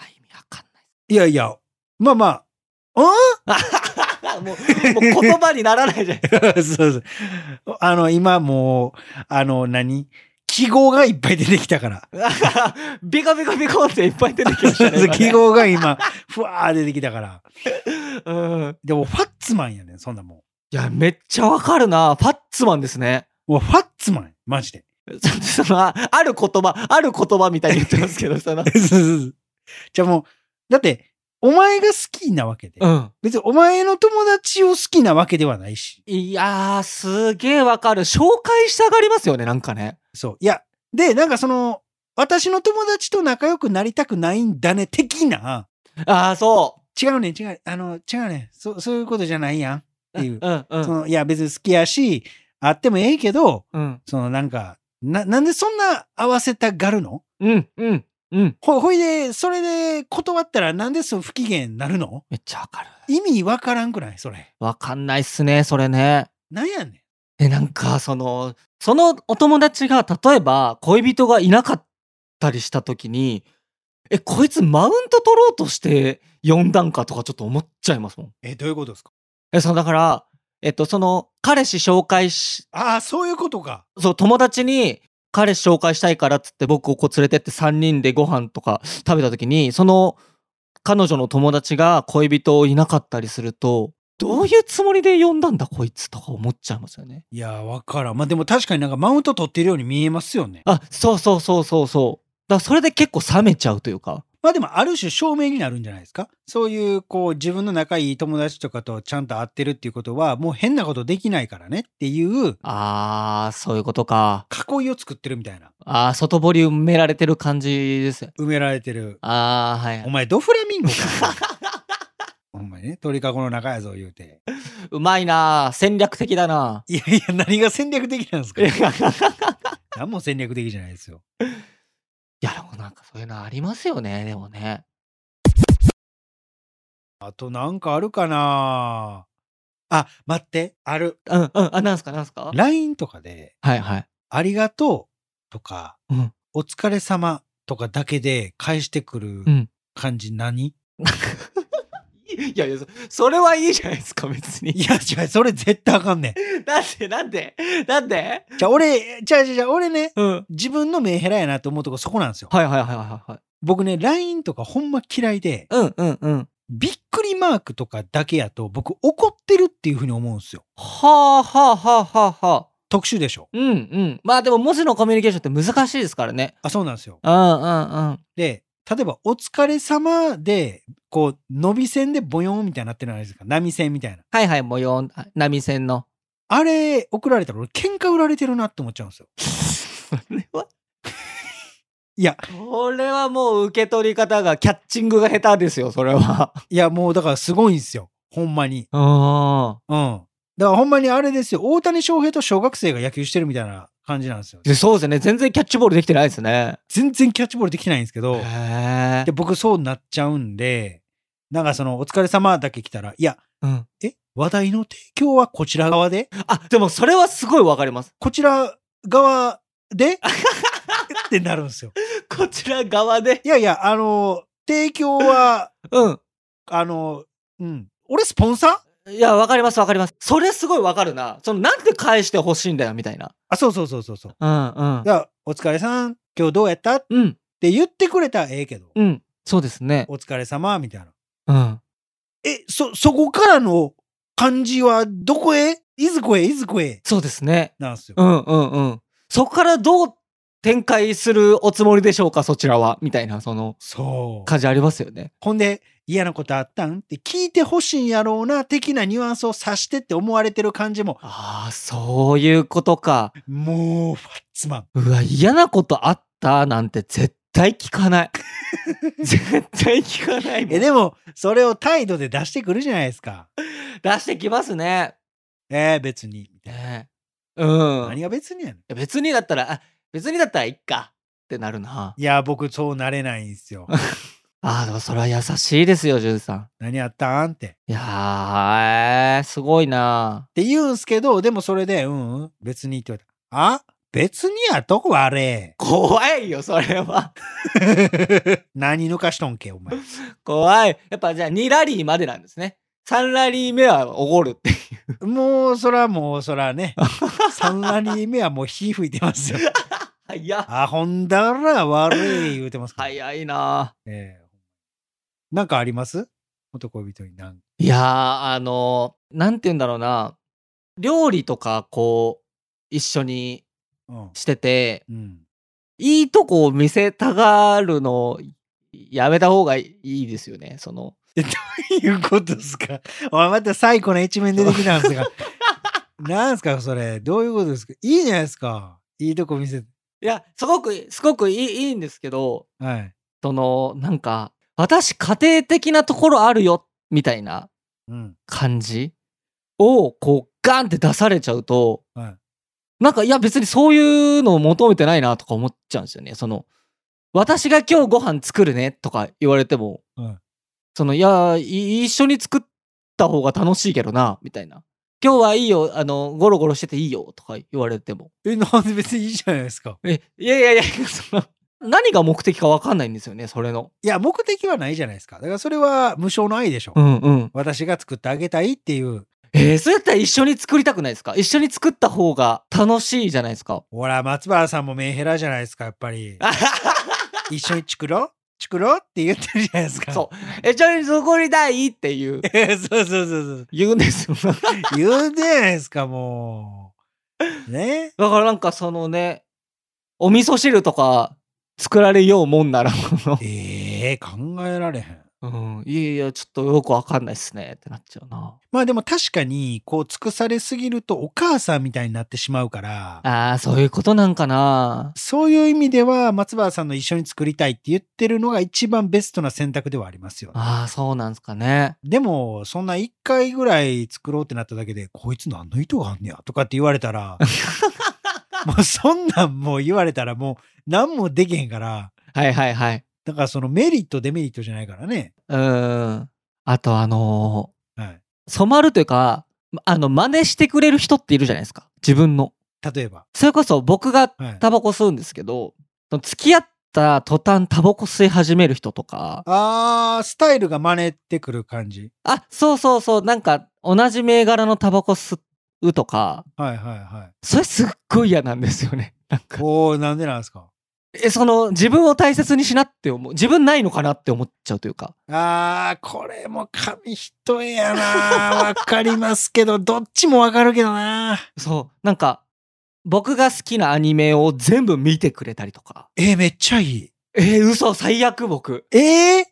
S2: 意味わかん
S1: いやいや、まあまあ、うん
S2: ない。 もう、もう言葉にならないじゃん。
S1: そうそう。あの、今もう、あの、何記号がいっぱい出てきたから。
S2: ビコビコビコっていっぱい出てきましたね。今ね
S1: 記号が今、ふわー出てきたから。
S2: うん。
S1: でも、ファッツマンやねん、そんなも
S2: いや、めっちゃわかるな。ファッツマンですね。
S1: ん。もうファッツマン、マジで。
S2: そのあある言葉、ある言葉みたいに言ってますけど、 その。
S1: そうそうそうじゃあもう、だって、お前が好きなわけで、
S2: うん。
S1: 別にお前の友達を好きなわけではないし。
S2: いやー、すげえわかる。紹介したがりますよね、なんかね。
S1: そう。いや、で、なんかその、私の友達と仲良くなりたくないんだね、的な。
S2: ああ、そ
S1: 違うねん違う。あの、違うねんそ、そういうことじゃないやん。
S2: う。
S1: っていう。
S2: うん、う
S1: そ
S2: ん。
S1: のいや別に好きやしあってもええけど
S2: うん、
S1: そのなんかななんでそんな合わせたがるの
S2: うん、うん、うん。
S1: ほほいでそれで断ったらなんでそう不機嫌になるの
S2: めっちゃわかる。
S1: 意味わからんくないそれ
S2: わかんないっすね、それね。
S1: なんやね
S2: え、なんか、その、そのお友達が、例えば、恋人がいなかったりした時に、え、こいつマウント取ろうとして呼んだんかとかちょっと思っちゃいますもん。
S1: んえどういうことですか
S2: え、そう、だから、えっと、その、彼氏紹介し、
S1: ああそういうことか
S2: そう、友達に、彼氏紹介したいからっつって僕をこう連れてって3人でご飯とか食べた時に、その、彼女の友達が恋人いなかったりすると、どういうつもりで呼んだんだこいつとか思っちゃいますよね。
S1: いやわからんまあでも確かになんかマウント取ってるように見えますよね
S2: あ、そうそうそうそうそう。だからそれで結構冷めちゃうというか。
S1: まあでもある種証明になるんじゃないですかそういうこう自分の仲いい友達とかとちゃんと会ってるっていうことはもう変なことできないからねっていう
S2: あー、そういうことか。
S1: 囲いを作ってるみたいな
S2: あー、外堀埋められてる感じですよ。
S1: 埋められてる
S2: あー、はい
S1: お。前ドフラミンゴか。 お前ね、鳥かごの中やぞ言うて。
S2: うまいなー戦略的だ ない
S1: やいや、何が戦略的なんですか
S2: ーいや、
S1: 何も戦略的じゃないですよ。
S2: でもなんかそういうのありますよね、でもね。
S1: あとなんかあるかなあ、待って、ある。
S2: うんうん、あ、なんすか、なんすか
S1: LINE とかで、
S2: はいはい。
S1: ありがとうとか、
S2: うん
S1: お疲れ様とかだけで返してくる
S2: うん
S1: 感じ何、
S2: いやいや、そそれはいいじゃないですか、別に。
S1: いや、違う、それ絶対あかんね
S2: なんで、なんで、なんで
S1: ん。じゃあ俺、じゃあじゃあじゃあ俺ね、
S2: うん。
S1: 自分のメンヘラやなと思うとこそこなんですよ。
S2: はいはいはいはいはい。
S1: 僕ね、LINE とかほんま嫌いで、
S2: うんうんうん。
S1: びっくりマークとかだけやと僕怒ってるっていうふうに思うんですよ。
S2: はあはあはあはあはあ。
S1: 特殊でしょ。
S2: うんうん。まあでも文字のコミュニケーションって難しいですからね。
S1: あ、そうなんですよ。
S2: うんうんうん。
S1: で、例えば、お疲れ様で、こう、伸び線でボヨーンみたいになってるじゃないですか。波線みたいな。
S2: はいはい、模様、あ波線の。
S1: あれ、送られたら俺、喧嘩売られてるなって思っちゃうんですよ。
S2: それは、
S1: いや、
S2: これはもう受け取り方が、キャッチングが下手ですよ、それは。
S1: いや、もうだからすごいんですよ。ほんまに。
S2: あ
S1: うん。だからほんまにあれですよ。大谷翔平と小学生が野球してるみたいな感じなんですよ。
S2: あ。そうですね、全然キャッチボールできてないですね。
S1: 全然キャッチボールできないんですけど、
S2: へ
S1: で、僕そうなっちゃうんで、なんかその、お疲れ様だけ来たら、いや、
S2: うん。
S1: え、話題の提供はこちら側で
S2: あ、でもそれはすごいわかります。
S1: こちら側でってなるんですよ。
S2: こちら側で。
S1: いやいや、あの、提供は、
S2: うん。
S1: あの、うん。俺スポンサー
S2: いや、わかりますわかります。それすごいわかるな。その、なんで返してほしいんだよ、みたいな。
S1: あ、そうそうそうそうそう。
S2: うん
S1: じゃあ、お疲れさん、今日どうやったっ
S2: うん。うん。
S1: て言ってくれたらええけど、
S2: うん。そうですね。
S1: お疲れ様みたいな。
S2: うん。
S1: え、そ、そこからの感じはどこへいずこへいずこへ
S2: そうですね。
S1: なんですよ。
S2: うんうんうん。そこからどう展開するおつもりでしょうか、そちらは。みたいな、その、
S1: そう。
S2: 感じありますよね。
S1: ほんで、嫌なことあったんって聞いてほしいんやろうな、的なニュアンスを指してって思われてる感じも、
S2: ああ、そういうことか。
S1: もう、ファッツマン。
S2: うわ、嫌なことあったなんて絶対聞か ない。絶対聞かないもん
S1: え、でも、それを態度で出してくるじゃないですか。
S2: 出してきますね。
S1: えー、別に。みたい
S2: ねうん。
S1: な。何が別にやねん。
S2: いや別にだったら、あ別にだったらいっかってなるな。
S1: いや、僕、そうなれないんですよ。
S2: ああ、でもそれは優しいですよ、ジュンさん。
S1: 何あったんって。っ
S2: いやー、えーすごいな。
S1: て言うんすけど、でもそれで、うん、うん、別にって言われた。あ別にやとこあれ。
S2: 怖いよ、それは。
S1: 何抜かしとんけ、お前。
S2: 怖い。やっぱじゃあ2ラリーまでなんですね。3ラリー目はおごるっていう。
S1: もう、そらもう、そら ね。3ラリー目はもう火吹いてます よ。
S2: 早っ
S1: あ、ほんだら悪い言うてますから。
S2: 早いな。
S1: ええなんかあります元恋人になん
S2: いやー、あのー、なんて言うんだろうな。料理とか、こう、一緒に
S1: うん。
S2: してて、
S1: うん。
S2: いいとこを見せたがるの、やめた方がいいですよね。その、
S1: いうことですか。おい、また最古の一面出てきたん ですが。なんすか、それ。どういうことですか。いいじゃないですか。いいとこ見せて。
S2: いや、すごく、すごくいいいいんですけど、
S1: はい。
S2: その、なんか、私、家庭的なところあるよ、みたいな
S1: うん。
S2: 感じを、こう、ガンって出されちゃうと、
S1: はい
S2: なんか、いや、別にそういうのを求めてないな、とか思っちゃうんですよね。その、私が今日ご飯作るね、とか言われても、
S1: うん
S2: その、いや、い一緒に作った方が楽しいけどな、みたいな。今日はいいよ、あの、ゴロゴロしてていいよ、とか言われても。
S1: え、なんで別にいいじゃないですか。
S2: え、いやいやいや、その、何が目的か分かんないんですよね、それの。
S1: いや、目的はないじゃないですか。だからそれは無償の愛でしょ。
S2: んうん。
S1: 私が作ってあげたいっていう。
S2: えー、それだったら一緒に作りたくないですか一緒に作った方が楽しいじゃないです か。
S1: ほら、松原さんもメンヘラじゃないですか、やっぱ り。一緒に作ろう作ろうって言ってるじゃないですか。
S2: そう。え、一緒に作りたいって いう、
S1: う。 そうそうそうそう。
S2: 言うんですよ。
S1: 言うじゃないですか、もう。ね
S2: だからなんかそのね、お味噌汁とか作られようもんな ら、こ
S1: ええ考えられへん。
S2: のうん、いやいや、ちょっとよく分かんないっすねってなっちゃうな。
S1: まあでも確かに、こう、尽くされすぎるとお母さんみたいになってしまうから、
S2: ああ、そういうことなんかな。
S1: そういう意味では、松原さんの一緒に作りたいって言ってるのが一番ベストな選択ではありますよ。
S2: ああ、そうなんすかね。
S1: でも、そんな一回ぐらい作ろうってなっただけで、こいつ何の意図があんねやとかって言われたら、 もうそんなんもう言われたらもう何もできへんから、
S2: はいはいはい。
S1: だからそのメリット、デメリットじゃないからね。
S2: うーん。あとあのー
S1: はい。
S2: 染まるというか、まあの、真似してくれる人っているじゃないですか。自分の。
S1: 例えば。
S2: それこそ僕が
S1: はい、
S2: タバコ吸うんですけど、その付き合った途端タバコ吸い始める人とか、
S1: あー、スタイルが真似てくる感じ。
S2: あ、そうそうそう、なんか同じ銘柄のタバコ吸うとか、
S1: はいはいはい。
S2: それすっごい嫌なんですよね。 なんか、
S1: おー、なんでなんですか
S2: え、その自分を大切にしなって思う。自分ないのかなって思っちゃうというか。
S1: あー、これも紙一重やな わかりますけど、どっちもわかるけどな
S2: そう、なんか、僕が好きなアニメを全部見てくれたりとか。
S1: えー、めっちゃいい。
S2: えー、嘘、最悪僕。
S1: ええ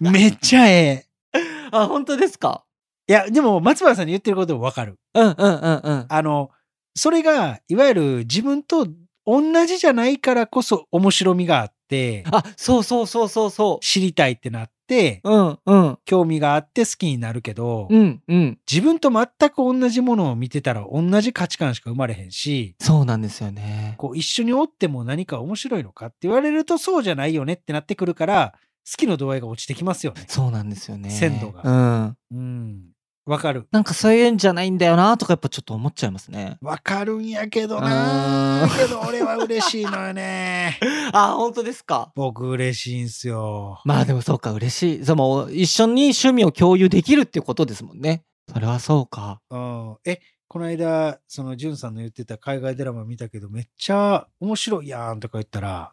S1: めっちゃええ。
S2: あ、本当ですか
S1: いや、でも松原さんに言ってることもわかる。
S2: うんうんうんうん。
S1: あの、それが、いわゆる自分と同じじゃないからこそ面白みがあって、
S2: あ、そうそうそうそうそ
S1: 知りたいってなって、
S2: う。うんうん。
S1: 興味があって好きになるけど、
S2: うんうん。
S1: 自分と全く同じものを見てたら同じ価値観しか生まれへんし、
S2: そうなんですよね。
S1: こう一緒におっても何か面白いのかって言われるとそうじゃないよねってなってくるから、好きの度合いが落ちてきますよね。
S2: そうなんですよね。
S1: 鮮度が
S2: うん。
S1: うん。わかる。
S2: なんかそういうんじゃないんだよなとかやっぱちょっと思っちゃいますね。
S1: わかるんやけどな
S2: う
S1: ーけど俺は嬉しいのよね。
S2: あ、本当ですか。
S1: 僕嬉しいんすよ。
S2: まあでもそうか、嬉しい。その一緒に趣味を共有できるっていうことですもんね。それはそうか。
S1: うん、え、この間、その、じゅんさんの言ってた海外ドラマ見たけど、めっちゃ面白いやんとか言ったら、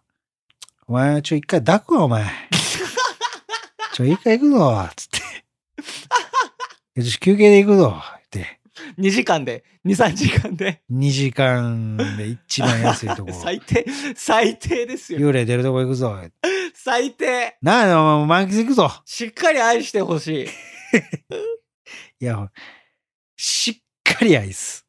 S1: お前、ちょ、一回抱くわ、 お前。ちょ、一回行くぞ、つって。よし、休憩で行くぞ、って。
S2: 2時間で、2、3時間で。
S1: 2時間で一番安いとこ。
S2: 最低、最低ですよ。
S1: 幽霊出るとこ行くぞ。
S2: 最低。
S1: なあ、お前、満喫行くぞ。
S2: しっかり愛してほしい。
S1: いや、しっかりアイス。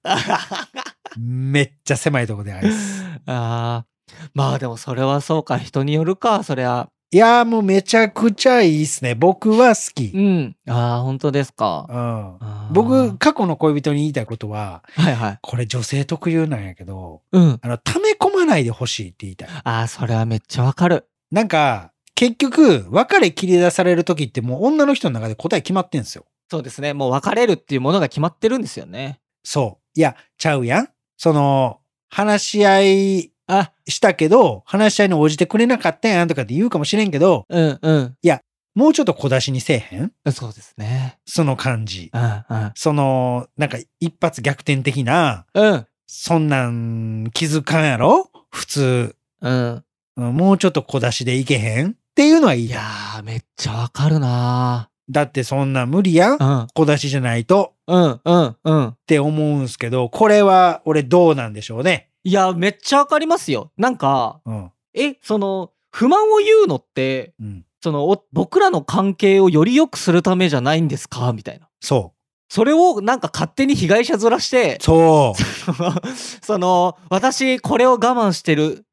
S1: めっちゃ狭いとこでアイス。
S2: あーまあでもそれはそうか人によるかそりゃ
S1: いやーもうめちゃくちゃいいっすね。僕は好き。
S2: うんああ本当ですか
S1: うん、
S2: あー
S1: 僕、過去の恋人に言いたいことは、
S2: はいはい
S1: これ女性特有なんやけど、
S2: うん
S1: あの、溜め込まないでほしいって言いたい。
S2: ああそれはめっちゃわかる
S1: なんか、結局、別れ切り出される時ってもう女の人の中で答え決まってんすよ。
S2: そうですねもう別れるっていうものが決まってるんですよね
S1: そう。いや、ちゃうやん。その、話し合い
S2: あ
S1: したけど、話し合いに応じてくれなかったやんとかって言うかもしれんけど、
S2: うんう
S1: もうちょっと小出しにせえへん
S2: んそうですね
S1: その感じ。
S2: うんうん
S1: その、なんか一発逆転的な、
S2: うん
S1: そんなん気づかんやろ普通。
S2: うん
S1: うんもうちょっと小出しでいけへんっていうのはいい
S2: いや
S1: や。
S2: ーめっちゃわかるな
S1: だってそんなん無理やん
S2: ー。
S1: 小出しじゃないと
S2: うんうんうんうん
S1: って思うんすけど、これは俺どうなんでしょうね。
S2: いやめっちゃわかりますよなんか
S1: うん。
S2: えその不満を言うのって
S1: うん。
S2: そのお僕らの関係をより良くするためじゃないんですかみたいな。
S1: そ
S2: それをなんか勝手に被害者面して
S1: う。、そ
S2: その、私これを我慢してる。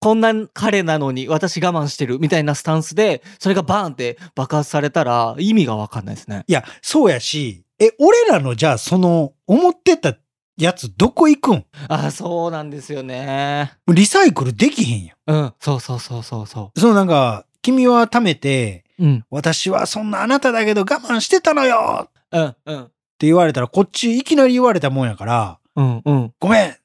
S2: こんな彼なのに私我慢してるみたいなスタンスで、それがバーンって爆発されたら意味がわかんないですね。
S1: う。いや、そうやし、え、俺らのじゃあその思ってたやつどこ行くん
S2: あ、そうなんですよね。
S1: リサイクルできへんや
S2: うん、そうそうそうそうそ
S1: ん。そのなんか、君は貯めて、
S2: う。うん、
S1: 私はそんなあなただけど我慢してたのよ
S2: うん、うん、
S1: って言われたら、こっちいきなり言われたもんやから、
S2: うん、うん。
S1: ごめんって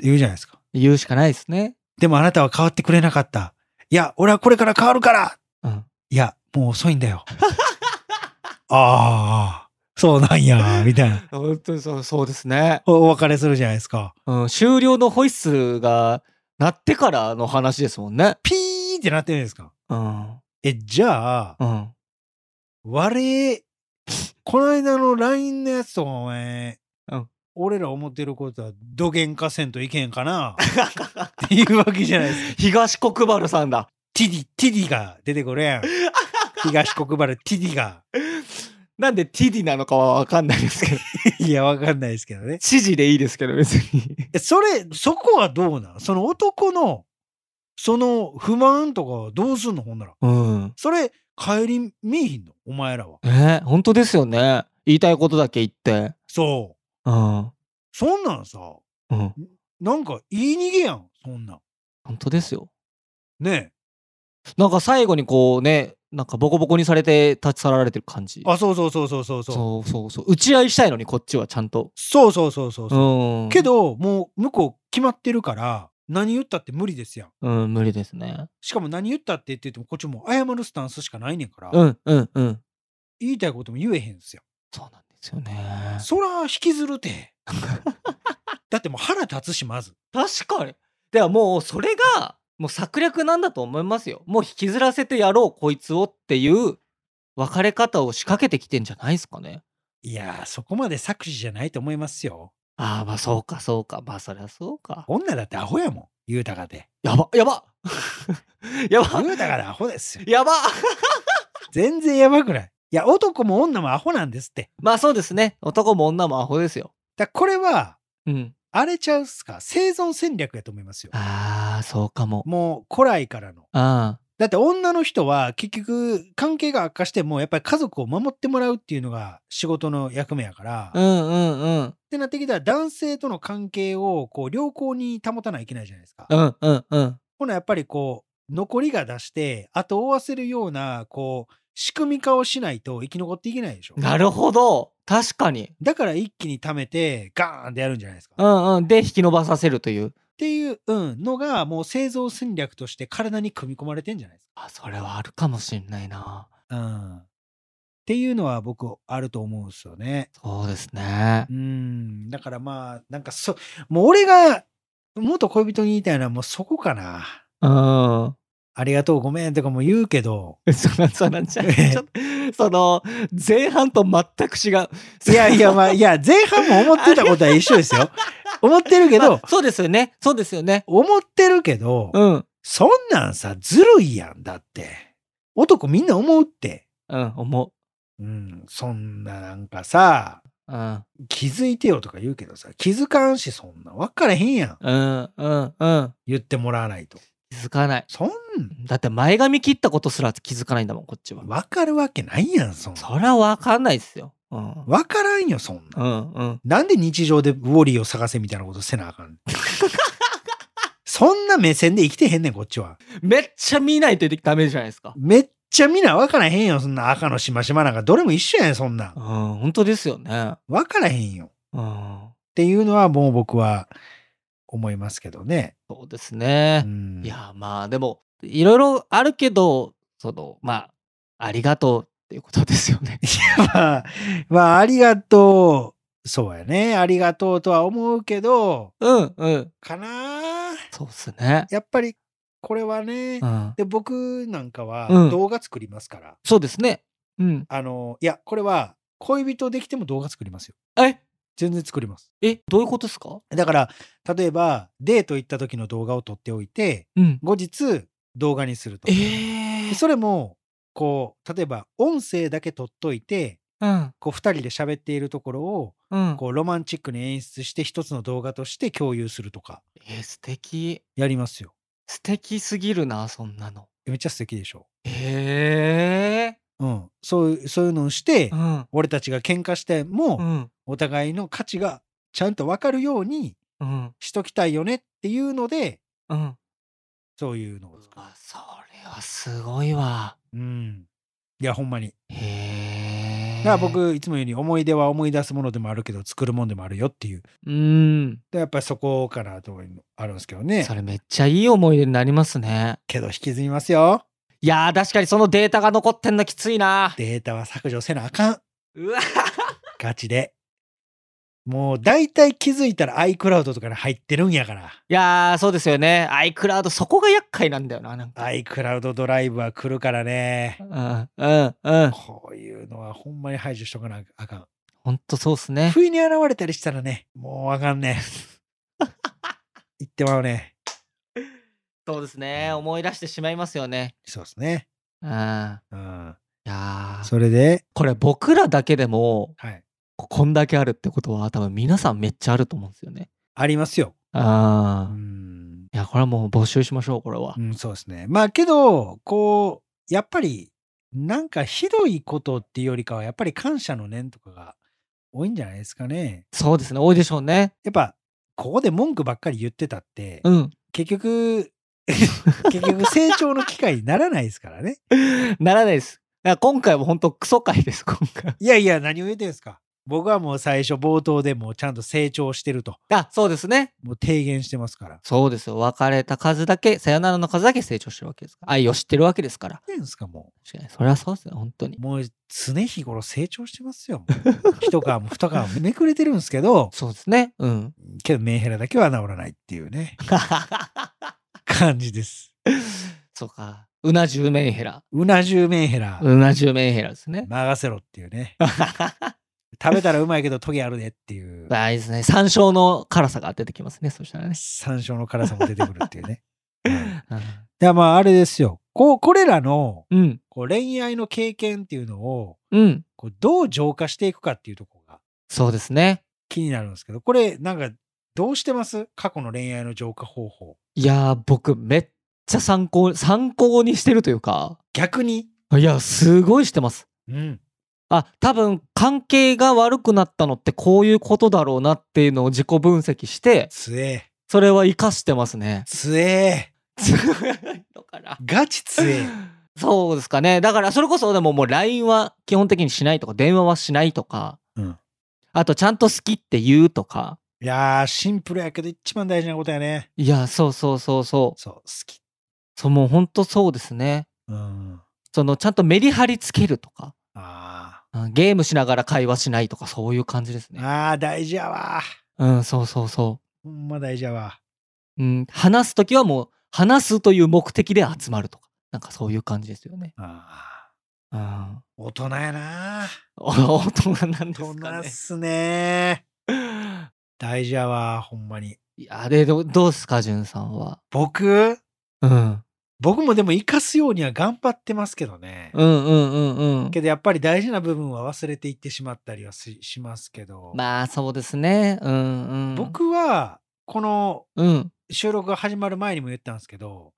S1: 言うじゃないですか。
S2: 言うしかないですね。
S1: でもあなたは変わってくれなかった。いや、俺はこれから変わるから
S2: うん。
S1: いや、もう遅いんだよ。ああ、そうなんや、みたいな。
S2: 本当にそう、そうですね。
S1: おお別れするじゃないですか。
S2: うん、終了のホイッスルが鳴ってからの話ですもんね。
S1: ピーってなってるんですか
S2: うん。
S1: え、じゃあ、
S2: うん。
S1: 我、この間の LINE のやつとかお前、
S2: うん
S1: 俺ら思ってることは、どげんかせんといけんか なっていうわけじゃないですか。
S2: 東国原さんだ。
S1: ティディ、ティディが出てこ れやん。東国原ティディが。
S2: なんでティディなのかはわかんないですけど。
S1: いや、わかんないですけどね。
S2: 知事でいいですけど、別に。
S1: えそれ、そこはどうなんその男の、その不満とかはどうすんのほんなら。
S2: うん。
S1: それ、帰り見えひんのお前らは。
S2: え本当ですよね。言いたいことだけ言って。
S1: そう。
S2: うん。
S1: そんなんさ、
S2: うん。
S1: なんか言い逃げやん、そんなん。
S2: 本当ですよ。
S1: ね
S2: なんか最後にこうね、なんかボコボコにされて立ち去られてる感じ。
S1: え。あ、そうそうそうそうそうそう。
S2: そうそうそう。打ち合いしたいのにこっちはちゃんと。
S1: そうそうそうそうそう。
S2: うん。
S1: け。ど、もう向こう決まってるから、何言ったって無理ですやん。
S2: うん、無理ですね。
S1: しかも何言ったってって言っても、こっちも謝るスタンスしかないねんから、
S2: うん、うん、うん。
S1: 言いたいことも言えへんすよ。
S2: そうなんですよね。
S1: そら引きずるて。 だってもう腹立つし、まず。
S2: 確かに。ではもうそれがもう策略なんだと思いますよ。もう引きずらせてやろうこいつをっていう別れ方を仕掛けてきてんじゃないですかね。
S1: いやー、そこまで搾取じゃないと思いますよ。
S2: ああまあそうかそうかまあそりゃそうか。
S1: 女だってアホやも豊かで。
S2: やば、やば やば
S1: 豊かなアホです よ。
S2: やば
S1: 全然やばくない。いや、男も女もアホなんですって。
S2: まあそうですね。男も女もアホですよ。
S1: だからこれは、
S2: うん。
S1: あれちゃうっすか、生存戦略やと思いますよ。
S2: ああ、そうかも。
S1: もう古来からの。
S2: あ
S1: だって女の人は結局関係が悪化してもやっぱり家族を守ってもらうっていうのが仕事の役目やから、
S2: あ。う
S1: っ
S2: んうんうん。
S1: てなってきたら男性との関係をこう良好に保たないといけないじゃないですか。
S2: うんうんうん。
S1: ほなやっぱりこう残りが出して後を追わせるようなこう仕組み化をしないと生き残っていけないでしょ。
S2: なるほど。確かに。
S1: だから一気に貯めてガーンってやるんじゃないですか。
S2: う
S1: っ
S2: んうん。で、引き伸ばさせるという。
S1: ていう、うん、のがもう製造戦略として体に組み込まれてんじゃないですか。
S2: あ、それはあるかもしんないな。
S1: うん、っていうのは僕あると思うんですよね。
S2: そうですね
S1: う。ん、だからまあ、なんかそ、もう俺が元恋人に言いたいのはもうそこかな。
S2: うん。
S1: ありがとう、ごめんとかも言うけど、
S2: その、その、ちょちょっと、その、前半と全く違う。
S1: いやいや、まあ、いや、前半も思ってたことは一緒 ですよ。思ってるけ
S2: まあ
S1: ど、
S2: そうですよね。そうですよね。
S1: 思ってるけど、
S2: うん。
S1: そんなんさ、ずるいやんだって。男みんな思うって。
S2: うん、思
S1: うん、そんななんかさ、
S2: う。うん。
S1: 気づいてよとか言うけどさ、気づかんし、そんな分からへんやん。
S2: うん、うん、うん。
S1: 言ってもらわないと。
S2: 気づかない。
S1: そん、
S2: だって前髪切ったことすら気づかないんだもん、こっちは。
S1: 分かるわけないやん、そんな。
S2: そりゃわかんないですよ。うん。
S1: 分からんよ、そんなん。
S2: うん、うん。
S1: なんで日常でウォーリーを探せみたいなことせなあか んそんな目線で生きてへんねん、こっちは。
S2: めっちゃ見ないとダメじゃないですか。
S1: めっちゃみんな分からへんよ、そんな赤のしましまなんか。どれも一緒やねん、そんな
S2: うん、。本当ですよね。
S1: 分からへんよ。っ
S2: うん。
S1: ていうのはもう僕は思いますけどね。
S2: そうですね。
S1: うん
S2: いやまあでもいろいろあるけどそのまあありがとうっていうことですよね。
S1: まあ、まあ、ありがとう。そうやね。ありがとうとは思うけど、
S2: うんうん
S1: かなあ
S2: そうっすね。
S1: やっぱり、これはね。
S2: うん、
S1: で、僕なんかは
S2: うん
S1: 動画作りますから。
S2: そうですね。うん、
S1: あの、いや、これは恋人できても動画作りますよ。
S2: え
S1: 全然作ります。
S2: えどういうことですか
S1: だから、例えば、デート行った時の動画を撮っておいて、
S2: うん。
S1: 後日、動画にすると
S2: え。え
S1: それも、こう、例えば、音声だけ撮っといて、
S2: うん
S1: こう、二人で喋っているところを、
S2: うん。
S1: こう、ロマンチックに演出して、一つの動画として共有するとか、
S2: えー素敵
S1: やりますよ。
S2: 素敵すぎるなそんなの。
S1: めっちゃ素敵でしょ。
S2: ええ
S1: うん。そういう、そういうのをして、
S2: うん
S1: 俺たちが喧嘩して
S2: う
S1: も、
S2: ん
S1: お互いの価値がちゃんとわかるように、
S2: うん
S1: しときたいよねっていうので、
S2: うん。
S1: そういうのを
S2: う
S1: 作る。
S2: わそれはすごいわ。
S1: うん。いや、ほんまに。
S2: へえ。
S1: だから僕、いつも言うように、思い出は思い出すものでもあるけど、作るもんでもあるよっていう。
S2: うん
S1: でやっぱりそこかなと思うのあるんですけどね
S2: そ。れめっちゃいい思い出になりますね。
S1: けど、引きずりますよ。
S2: いやー確かにそのデータが残ってんのきついな。
S1: データは削除せなあかん。
S2: うわ
S1: ガチで。もう、大体気づいたら iCloud とかに入ってるんやから。
S2: いやーそうですよね。iCloud そこが厄介なんだよな。なんか
S1: iCloud ドライブは来るからね
S2: う。んうんうん。
S1: こういうのはほんまに排除しとかなあかん。
S2: ほんとそうっすね。
S1: 不意に現れたりしたらね、もうあかんね。 言ってまうね。
S2: そうですね。思い出してしまいますよね。
S1: そうですね。
S2: うん。いや
S1: うん。
S2: ー
S1: それで、
S2: これ僕らだけでも
S1: はい。
S2: ここんだけあるってことは多分皆さんめっちゃあると思うんですよね。
S1: ありますよ。う
S2: ああ。
S1: ん。
S2: いやこれはもう募集しましょうこれは
S1: う。ん、そうですね。まあけど、こう、やっぱり、なんかひどいことっていうよりかは、やっぱり感謝の念とかが多いんじゃないですかね。
S2: そうですね多いでしょうね。
S1: やっぱ、ここで文句ばっかり言ってたって、
S2: うん。
S1: 結局、 結局成長の機会にならないですからね。
S2: ならないです。いや今回も本当クソ回です今回。
S1: いやいや、何を言ってんですか。僕はもう最初冒頭でもうちゃんと成長してると、
S2: あそうですね。
S1: もう提言してますから。
S2: そうですよ。別れた数だけ、さよならの数だけ成長してるわけですから。愛を知ってるわけですから。
S1: 何ですか、もう。
S2: 確かに。それはそうですよ、本当に。
S1: もう常日頃成長してますよ。もう一皮も二皮もめくれてるんですけど、
S2: そうですね。うん。
S1: けどメンヘラだけは治らないっていうね、感じです。
S2: そうか。うな重メンヘラ。
S1: うな重メンヘラ、
S2: うな重メンヘラですね。
S1: 流せろっていうね。食べたらうまいけどトゲあるでっていう
S2: ああ、いいですね。山椒の辛さが出てきますね。そしたらね。
S1: 山椒の辛さも出てくるっていうね。うん
S2: うん
S1: いやまああれですよ。こうこれらの
S2: うん。
S1: こう恋愛の経験っていうのを
S2: うん。
S1: こうどう浄化していくかっていうところが
S2: そうですね。
S1: 気になるんですけど、これなんかどうしてます過去の恋愛の浄化方法。
S2: いやー、僕、めっちゃ参考、参考にしてるというか。
S1: 逆に、
S2: いや、すごいしてます。
S1: うん、
S2: あ、多分、関係が悪くなったのってこういうことだろうなっていうのを自己分析して、
S1: つえ、。
S2: それは活かしてますね
S1: つえ、
S2: だから
S1: ガチつえ。
S2: そうですかね。だから、それこそ、でももう LINE は基本的にしないとか、電話はしないとか、
S1: うん
S2: あと、ちゃんと好きって言うとか。
S1: いやー、シンプルやけど一番大事なことやね。
S2: いや、そうそうそうそう。
S1: そう、好き。
S2: そう、もう本当そうですね。
S1: うん。
S2: その、ちゃんとメリハリつけるとか、
S1: あ
S2: うんゲームしながら会話しないとか、そういう感じです
S1: ー
S2: ね。
S1: あー、大事やわ。
S2: うん、そうそうそ
S1: ほんま大事やわ。
S2: う。うん、話すときはもう、話すという目的で集まるとか、なんかそういう感じですよね。
S1: あ
S2: うん。
S1: ー大人やな。
S2: お大人なんで
S1: 大
S2: す
S1: 人
S2: か
S1: っ
S2: ね。
S1: すね。大事やわ、ほんまに。
S2: いや、で、どどうすか、じゅんさんは。
S1: 僕
S2: うん。
S1: 僕もでも生かすようには頑張ってますけどね。
S2: うんうんうんうん。
S1: けどやっぱり大事な部分は忘れていってしまったりはししますけど、
S2: まあ、そうですね。うんうん。
S1: 僕はこの
S2: うん。
S1: 収録が始まる前にも言ったんですけど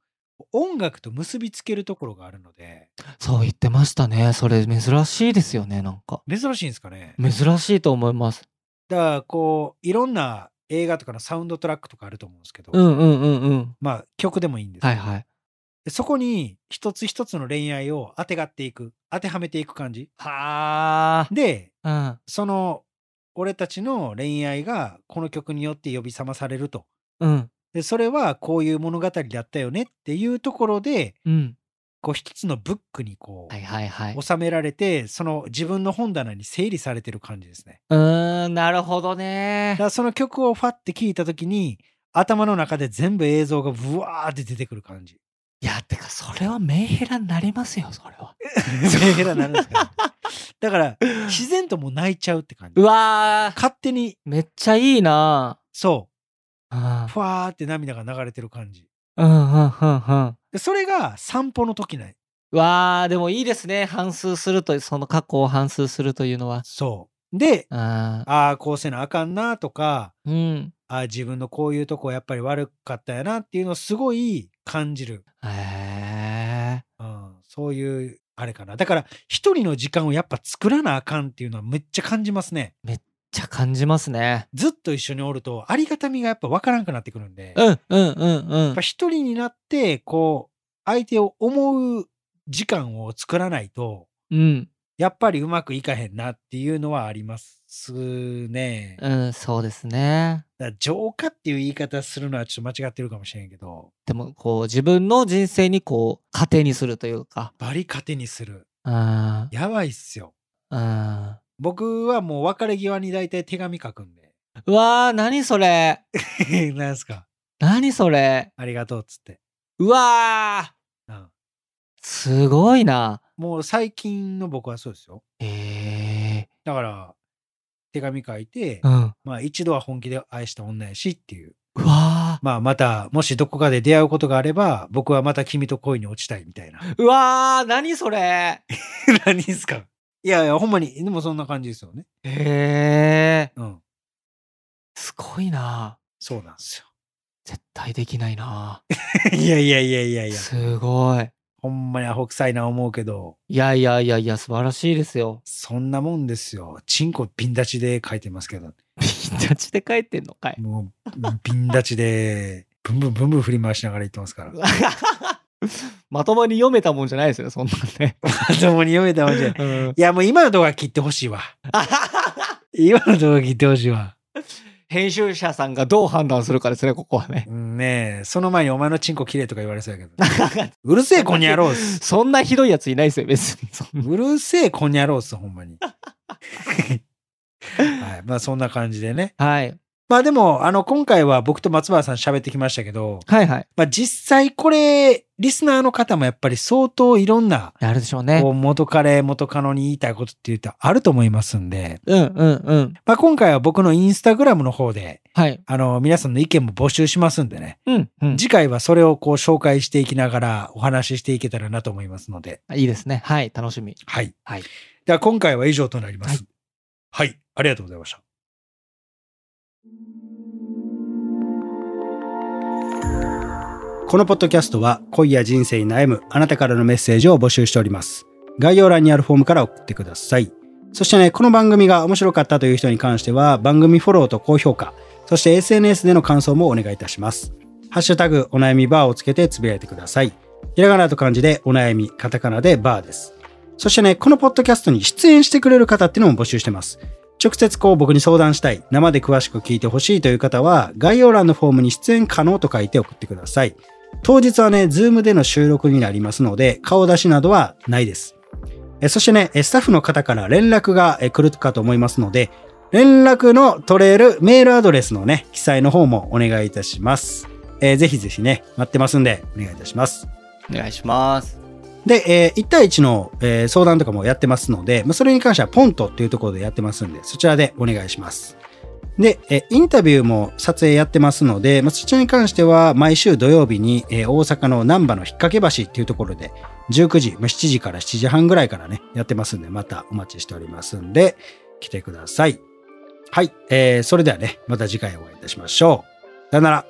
S1: 音楽と結びつけるところがあるので
S2: そう言ってましたね。それ、珍しいですよね、なんか。
S1: 珍しいんですかね。
S2: 珍しいと思います。
S1: だからこういろんな映画とかのサウンドトラックとかあると思うんですけど、
S2: うんうんうんうん。
S1: まあ曲でもいいんですけど、
S2: はいはい。
S1: でそこに一つ一つの恋愛を当てがっていく当てはめていく感じ
S2: は
S1: で
S2: あ。
S1: その俺たちの恋愛がこの曲によって呼び覚まされると
S2: うん。うん。
S1: でそれはこういう物語だったよねっていうところで
S2: うん。
S1: こう一つのブックにこう、
S2: はいはいはい。
S1: 収められてその自分の本棚に整理されてる感じですね。
S2: うーん、なるほど
S1: だ
S2: ね
S1: か。らその曲をファって聴いた時に頭の中で全部映像がブワーって出てくる感じ。
S2: いや、てか、それはメンヘラになります よ、それは。
S1: メンヘラになるんですけどだから自然ともう泣いちゃうって感じ
S2: う。わー、
S1: 勝手に
S2: めっちゃいいな
S1: そ
S2: うん
S1: うふわーって涙が流れてる感じ。
S2: うんうんうんうん。
S1: でそれが散歩の時ない。
S2: うわー、でもいいですね。反数すると、その過去を反数するというのは。
S1: そう。で
S2: あー
S1: ああこうせなあかんなとか
S2: うん。
S1: あ自分のこういうとこやっぱり悪かったやなっていうのをすごい感じる、
S2: へ
S1: うん、そういうあれかなだから一人の時間をやっぱ作らなあかんっていうのはめっちゃ感じますね
S2: ー。じゃあ感じますね。
S1: ずっと一緒におるとありがたみがやっぱわからんくなってくるんで、やっ
S2: うんうんうんうん
S1: ぱ。一人になってこう相手を思う時間を作らないと
S2: うん。
S1: やっぱりうまくいかへんなっていうのはありますね。
S2: うん、そうですね。
S1: だから浄化っていう言い方するのはちょっと間違ってるかもしれんけど、
S2: でもこう自分の人生にこう糧にするというか。
S1: バリ糧にする。
S2: うん。
S1: やばいっすよ。
S2: うん。
S1: 僕はもう別れ際に大体手紙書くんで。
S2: うわー、何それ。
S1: なんすか
S2: 何それ。
S1: ありがとうっつって、
S2: うわー、
S1: うん。
S2: すごいな。
S1: もう最近の僕はそうですよ。
S2: ええ
S1: だから、手紙書いて、
S2: うん。
S1: まあ一度は本気で愛した女やしっていう。
S2: うわ
S1: まあまた、もしどこかで出会うことがあれば、僕はまた君と恋に落ちたいみたいな。
S2: ー、うわー、何それ。
S1: 何すかいやいや、ほんまに、でもそんな感じですよね。
S2: ええ
S1: うん。
S2: すごいな。
S1: そうなんです
S2: 絶対できないな。
S1: よ。 いやいやいやいやいや、
S2: すごい。
S1: ほんまにアホ臭いな思うけど、
S2: いやいやいやいや、素晴らしいですよ。
S1: そんなもんですよ。チンコピン立ちで書いてますけど。
S2: ピンタチで帰ってんのかい。
S1: もう、ピン立ちで、ブンブンブンブン振り回しながら言ってます から。
S2: まともに読めたもんじゃないですよね、そんなんね。
S1: まともに読めたもんじゃない。
S2: うん
S1: いや、もう今の動画切ってほしい わ。今の動画切ってほしいわ。
S2: 編集者さんがどう判断するかですね、ここはね。
S1: うんねえ、その前にお前のチンコ綺麗とか言われそうやけど。うるせえ、こんにゃろうっ す。
S2: そんなひどいやついないですよ、別に。そんな
S1: うるせ え、こんにゃろうっす、ほんまに。はい。まあ、そんな感じでね。
S2: はい。
S3: まあでも、あの、今回は僕と松原さん喋ってきましたけど、
S2: はいはい。
S3: まあ実際これ、リスナーの方もやっぱり相当いろんな、
S2: あるでしょうね
S3: こ。う元彼、元カノに言いたいことっていうとあると思いますんで、
S2: うんうんうん。
S3: まあ今回は僕のインスタグラムの方で、
S2: はい。
S3: あの、皆さんの意見も募集しますんでね、
S2: うんうん。
S3: 次回はそれをこう紹介していきながらお話ししていけたらなと思いますので、
S2: いいですね。はい。楽しみ。
S3: はい。
S2: はい
S3: では今回は以上となります。はい、ありがとうございました。
S1: このポッドキャストは恋や人生に悩むあなたからのメッセージを募集しております。概要欄にあるフォームから送ってください。そしてね、この番組が面白かったという人に関しては番組フォローと高評価、そして SNS での感想もお願いいたします。ハッシュタグお悩みバーをつけてつぶやいてください。ひらがなと漢字でお悩み、カタカナでバーです。そしてね、このポッドキャストに出演してくれる方っていうのも募集してます。直接こう僕に相談したい、生で詳しく聞いてほしいという方は概要欄のフォームに出演可能と書いて送ってください。当日はね、ズームでの収録になりますので、顔出しなどはないです。えそしてね、えスタッフの方から連絡がえ来るかと思いますので、連絡の取れるメールアドレスのね、記載の方もお願いいたします。えーぜひぜひね、待ってますんで、お願いいたします。
S2: お願いします。
S1: で、え1対1の、えー相談とかもやってますので、まあ、それに関してはポントっていうところでやってますんで、そちらでお願いします。で、えーインタビューも撮影やってますので、まあ、そちらに関しては毎週土曜日に、えー大阪の南波の引っ掛け橋っていうところで、19時、まあ、7時から7時半ぐらいからね、やってますんで、またお待ちしておりますんで、来てください。はい、えーそれではね、また次回お会いいたしましょう。さよなら。